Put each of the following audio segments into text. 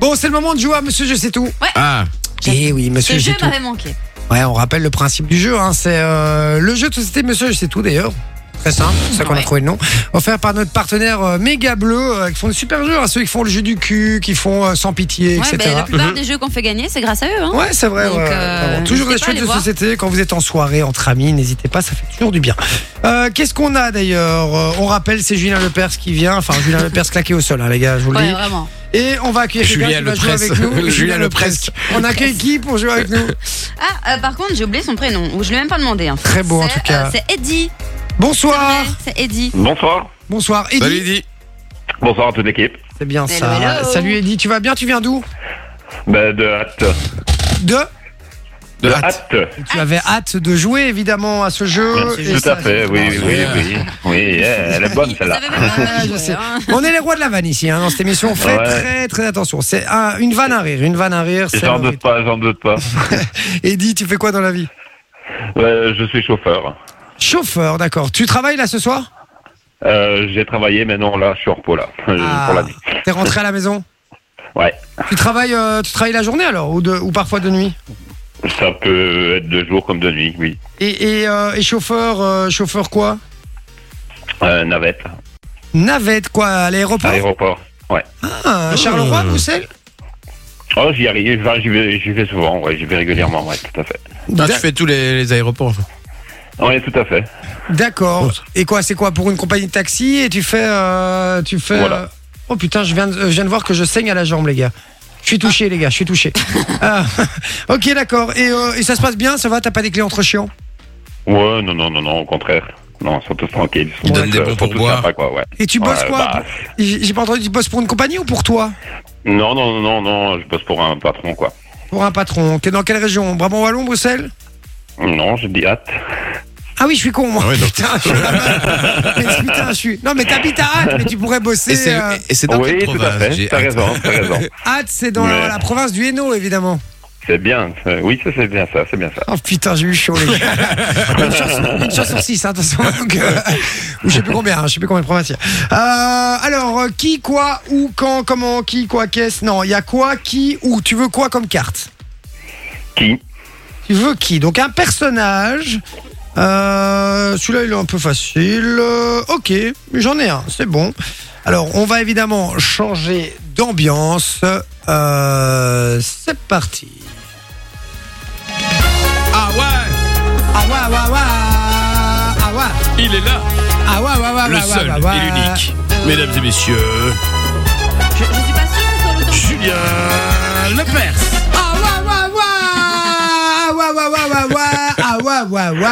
Bon, c'est le moment de jouer à Monsieur Je sais tout. Ah, Eh oui, Monsieur Ce Je jeu sais tout. m'avait manqué. Ouais, on rappelle le principe du jeu. hein. C'est euh, le jeu de société Monsieur Je sais tout d'ailleurs. Très simple, c'est ça qu'on a Ouais. trouvé le nom. Offert par notre partenaire euh, Méga Bleu, euh, qui font des super jeux, à ceux qui font le jeu du cul, qui font euh, sans pitié, Ouais, etc. ben, la Mhm. plupart des jeux qu'on fait gagner, c'est grâce à eux. Hein. Ouais, c'est vrai. Donc, ouais. euh, Vraiment, toujours des n'hésitez pas à choses aller de voir. société. Quand vous êtes en soirée, entre amis, n'hésitez pas, ça fait toujours du bien. Euh, Qu'est-ce qu'on a d'ailleurs Euh, On rappelle, c'est Julien Lepers qui vient. Enfin, Julien Lepers claqué au sol, hein, les gars, je vous le Ouais, dis. vraiment. Et on va accueillir Julien quelqu'un qui va jouer Lepresque. avec nous. Julien Lepresque. On accueille qui pour jouer avec nous Ah, euh, par contre, j'ai oublié son prénom. ou Je ne l'ai même pas demandé. hein. Très beau, en C'est, tout cas. Ah. euh, c'est Eddie. Bonsoir. Ouais, C'est Eddie. Bonsoir. Bonsoir, Eddy. salut Eddy. Bonsoir à toute l'équipe. C'est bien Hello, ça. hello. Salut Eddy, tu vas bien Tu viens d'où Ben, de hâte. De De la hâte. Hâte. Et Tu avais hâte de jouer évidemment à ce jeu. Et Tout ça, à fait, c'est- oui, Ah, oui, c'est- oui. Oui, eh, elle est bonne Ça celle-là. veut même pas Ouais, dire, Ah, je sais. hein. On est les rois de la vanne ici, hein, dans cette émission. On fait Ouais. très très attention. C'est un- une vanne à rire, une vanne à rire. c'est J'en le doute pas, j'en doute pas. rythme. Eddy, tu fais quoi dans la vie Euh, je suis chauffeur. Chauffeur, d'accord. Tu travailles là ce soir Euh, J'ai travaillé, mais non, là, je suis en repos, là. Euh, Ah. Pour la nuit. Ah, T'es rentré à la maison Ouais. Tu travailles, euh, tu travailles la journée alors ou, de- ou parfois de nuit Ça peut être de jour comme de nuit, oui. Et, et, euh, et chauffeur, euh, chauffeur quoi Euh, navette, Navette quoi, à l'aéroport aéroport. Ah, Charleroi, Bruxelles Oh, j'y arrive, j'y vais, j'y vais souvent, ouais, j'y vais régulièrement, ouais, tout à fait. Ah, D'a- tu fais tous les, les aéroports. Oui, tout à fait. D'accord. Et quoi, c'est quoi pour une compagnie de taxi et tu fais, euh, tu fais. Voilà. euh, Oh putain, je viens, de, euh, je viens de voir que je saigne à la jambe, les gars. Je suis touché, les gars, je suis touché. Ah, ok, d'accord. Et, euh, et ça se passe bien, ça va T'as pas des clients entre chiants Ouais, non, non, non, non, au contraire. Non, ils sont tous tranquilles. Ils donnent des euh, bons sont tous pourboires. sympas, quoi, ouais. Et tu bosses Ouais, quoi bah, J'ai j'ai pas entendu, tu bosses pour une compagnie ou pour toi Non, non, non, non, je bosse pour un patron, quoi. Pour un patron. T'es dans quelle région Brabant Wallon, Bruxelles Non, j'ai dit hâte. Ah oui, je suis con, moi. Ah oui, donc- putain, je suis la main. Mais putain, je suis. Non, mais t'habites à Hâte, mais tu pourrais Et bosser. c'est euh, et c'est dans Oui, quelle tout à province fait. J'ai T'as hâte. raison, t'as raison. Hâte, c'est dans Ouais. la province du Hainaut, évidemment. C'est bien. euh, Oui, ça c'est bien ça, c'est bien ça. Oh putain, j'ai eu chaud, les gars. une, chance, une chance sur six, hein, de toute façon. Donc, euh, ou je sais plus combien, hein, je sais plus combien de provinces il y a. Euh, alors, euh, qui, quoi, où, quand, comment, qui, quoi, qu'est-ce Non, il y a quoi, qui, où. Tu veux quoi comme carte Qui Tu veux qui Donc, un personnage. Euh, Celui-là, il est un peu facile. Euh, ok, j'en ai un, c'est bon. Alors, on va évidemment changer d'ambiance. Euh, c'est parti. Ah ouais Ah ouais, ah ouais, ah ouais. Ah ouais. Il est là Ah ouais, ouais, ouais, Le bah, ouais, seul ouais, ouais. et l'unique. Mesdames et messieurs, Je, je suis pas sûre que ce soit l'autre. Julien Lepers. Ah ouais, ouais, ouais. Ah ouais, ouais, ouais, ouais, ouais. Ah ouais, ouais, ouais.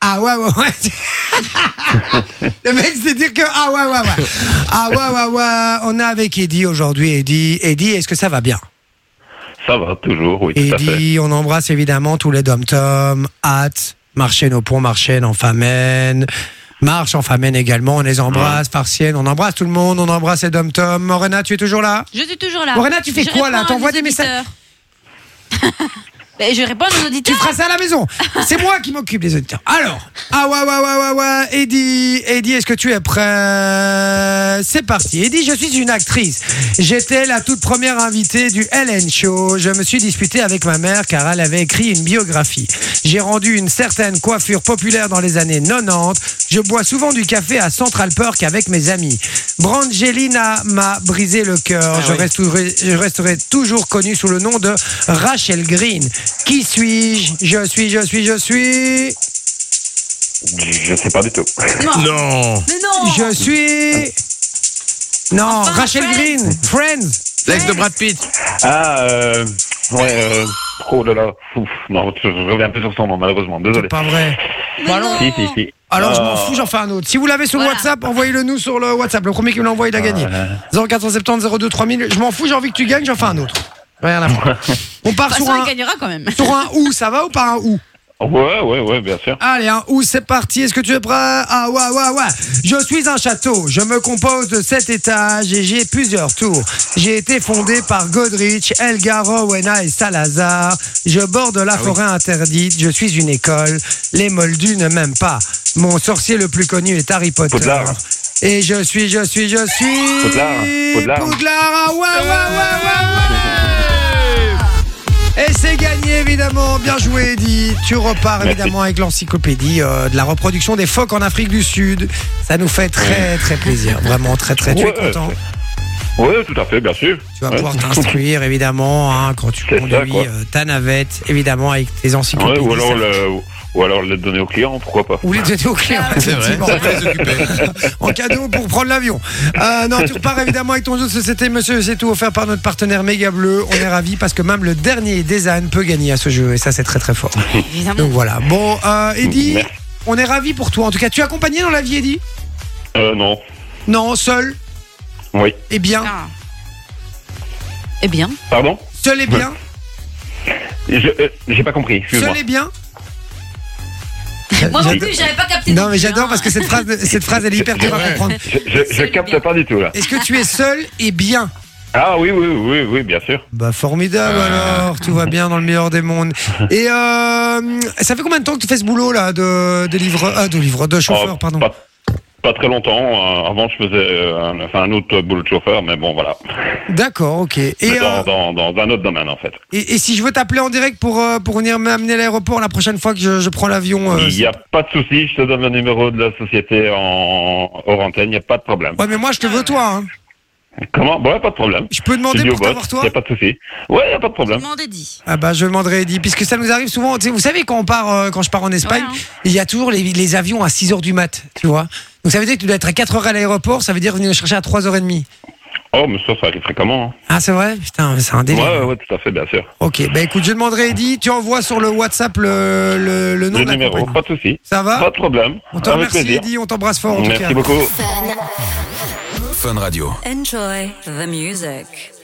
Ah ouais, ouais, ouais. Le mec, c'est dire que ah ouais, ouais, ouais. Ah ouais, ouais, ouais. On est avec Eddy aujourd'hui. Eddy, Eddy, est-ce que ça va bien Ça va toujours, oui, tout à fait. Eddy, on embrasse évidemment tous les dom-toms, hâte, Marchène au pont, Marchène en famène. Marche en famène également, on les embrasse, Farcienne, on embrasse tout le monde, on embrasse les dom-toms. Morena, tu es toujours là Je suis toujours là. Morena, tu fais Je quoi, là réponds à T'envoies nos des messages auditeurs. Ben, Je réponds aux Tu auditeurs. feras ça à la maison. C'est moi qui m'occupe des auditeurs. Alors, ah ouais, ouais, ouais, ouais, ouais, Eddie, Eddie, est-ce que tu es prêt C'est parti. Eddie, je suis une actrice. J'étais la toute première invitée du Helen Show. Je me suis disputée avec ma mère car elle avait écrit une biographie. J'ai rendu une certaine coiffure populaire dans les années 90. Je bois souvent du café à Central Park avec mes amis. Brangelina m'a brisé le cœur. Ah je, resterai, je resterai toujours connue sous le nom de Rachel Green. Qui suis-je Je suis, je suis, je suis. Je sais pas du tout. Ah. Non Mais non Je suis. Non, Enfin, Rachel Friends. Green, Friends. L'ex de Brad Pitt. Ah, euh, ouais, euh, oh là là, ouf, non, je, je reviens plus sur son nom, malheureusement, désolé. C'est pas vrai. Mais Bah non. Si, si, si. Alors je m'en Ah, fous, j'en fais un autre. Si vous l'avez sur Voilà. WhatsApp, envoyez-le nous sur le WhatsApp. Le premier qui me l'envoie, il a Ah gagné. 0470 02 3000. Je m'en fous, j'ai envie que tu gagnes, j'en fais un autre. Rien à voir. On part De toute sur façon, un, il gagnera quand même. sur un ou, ça va ou pas un ou Ouais, ouais, ouais, bien sûr. Allez, un ou, c'est parti. Est-ce que tu es prêt Ah ouais, ouais, ouais. Je suis un château. Je me compose de sept étages et j'ai plusieurs tours. J'ai été fondé par Godrich, Elgar, Rowena et Salazar. Je borde la Ah forêt interdite. Je suis une école. Les moldus ne m'aiment pas. Mon sorcier le plus connu est Harry Potter. Poudlard. Et je suis, je suis, je suis. Poudlard, Poudlard. Poudlard, ah ouais, ouais, ouais, ouais, ouais. évidemment, bien joué Eddy. Tu repars Merci. évidemment avec l'encyclopédie euh, de la reproduction des phoques en Afrique du Sud. Ça nous fait très très plaisir, vraiment très très. Tu es Ouais. content Oui, tout à fait, bien sûr. Tu vas Ouais. pouvoir t'instruire évidemment hein, quand tu C'est ça, conduis quoi. euh, ta navette, évidemment avec tes Ouais, encyclopédies. ou, alors ça- le, ou alors le donner au client, pourquoi pas. Ou les jeter au client, Ah, C'est vrai. effectivement. en cadeau pour prendre l'avion. Euh, non, tu repars évidemment avec ton jeu de société, monsieur. C'est tout offert par notre partenaire Méga Bleu. On est ravis parce que même le dernier des ânes peut gagner à ce jeu et ça, c'est très très fort. Évidemment. Donc voilà. Bon, euh, Eddy, Merci. on est ravis pour toi. En tout cas, tu es accompagné dans la vie, Eddy Euh, non. Non, seul Oui. et bien. Ah. Eh bien. Pardon Seul et bien. Je- euh, J'ai pas compris, excuse-moi. Seul et bien. Moi non J'adore- plus, j'avais pas capté. hein. Non, mais j'adore parce que cette phrase, cette phrase, elle est hyper dure à Ouais. comprendre. Je, je, je Seul et capte bien. pas du tout, là. Est-ce que tu es seul et bien Ah oui, oui, oui, oui, bien sûr. Bah formidable Euh. alors, tout va bien dans le meilleur des mondes. Et euh, ça fait combien de temps que tu fais ce boulot là de, de livre, ah, de livre, de chauffeur, Oh, pardon. Pas, pas très longtemps. euh, avant, je faisais euh, un, enfin, un autre boulot de chauffeur, mais bon, voilà. D'accord, ok. Et, Mais dans, euh, dans, dans un autre domaine, en fait. et, et si je veux t'appeler en direct pour euh, pour venir m'amener à l'aéroport la prochaine fois que je, je prends l'avion. euh, Il n'y a pas de souci, je te donne le numéro de la société en hors antenne, il n'y a pas de problème. Ouais, mais moi je te veux toi. hein. Comment Bon, ouais, pas de problème. Je peux Je demander dis au pour boss, t'avoir il toi. n'y a pas de souci. Ouais, il n'y a pas de problème. Demandez dit. Ah bah je demanderai Eddy, puisque ça nous arrive souvent. tu sais, Vous savez quand on part, euh, quand je pars en Espagne, Ouais, hein. il y a toujours les, les avions à 6 heures du mat, tu vois. Donc ça veut dire que tu dois être à 4 heures à l'aéroport, ça veut dire venir me chercher à 3h30. Oh, mais ça, ça arrive fréquemment. Ah c'est vrai Putain, c'est un Hein. délire. Ouais, ouais, ouais, tout à fait, bien sûr. Ok, bah écoute, je demanderai Eddy, tu envoies sur le WhatsApp le, le, le nom Le de la numéro, compagnie. pas de souci. Ça va Pas de problème. On te Avec remercie plaisir. Eddy, on t'embrasse fort en tout cas. Merci beaucoup. Fun Radio. Enjoy the music.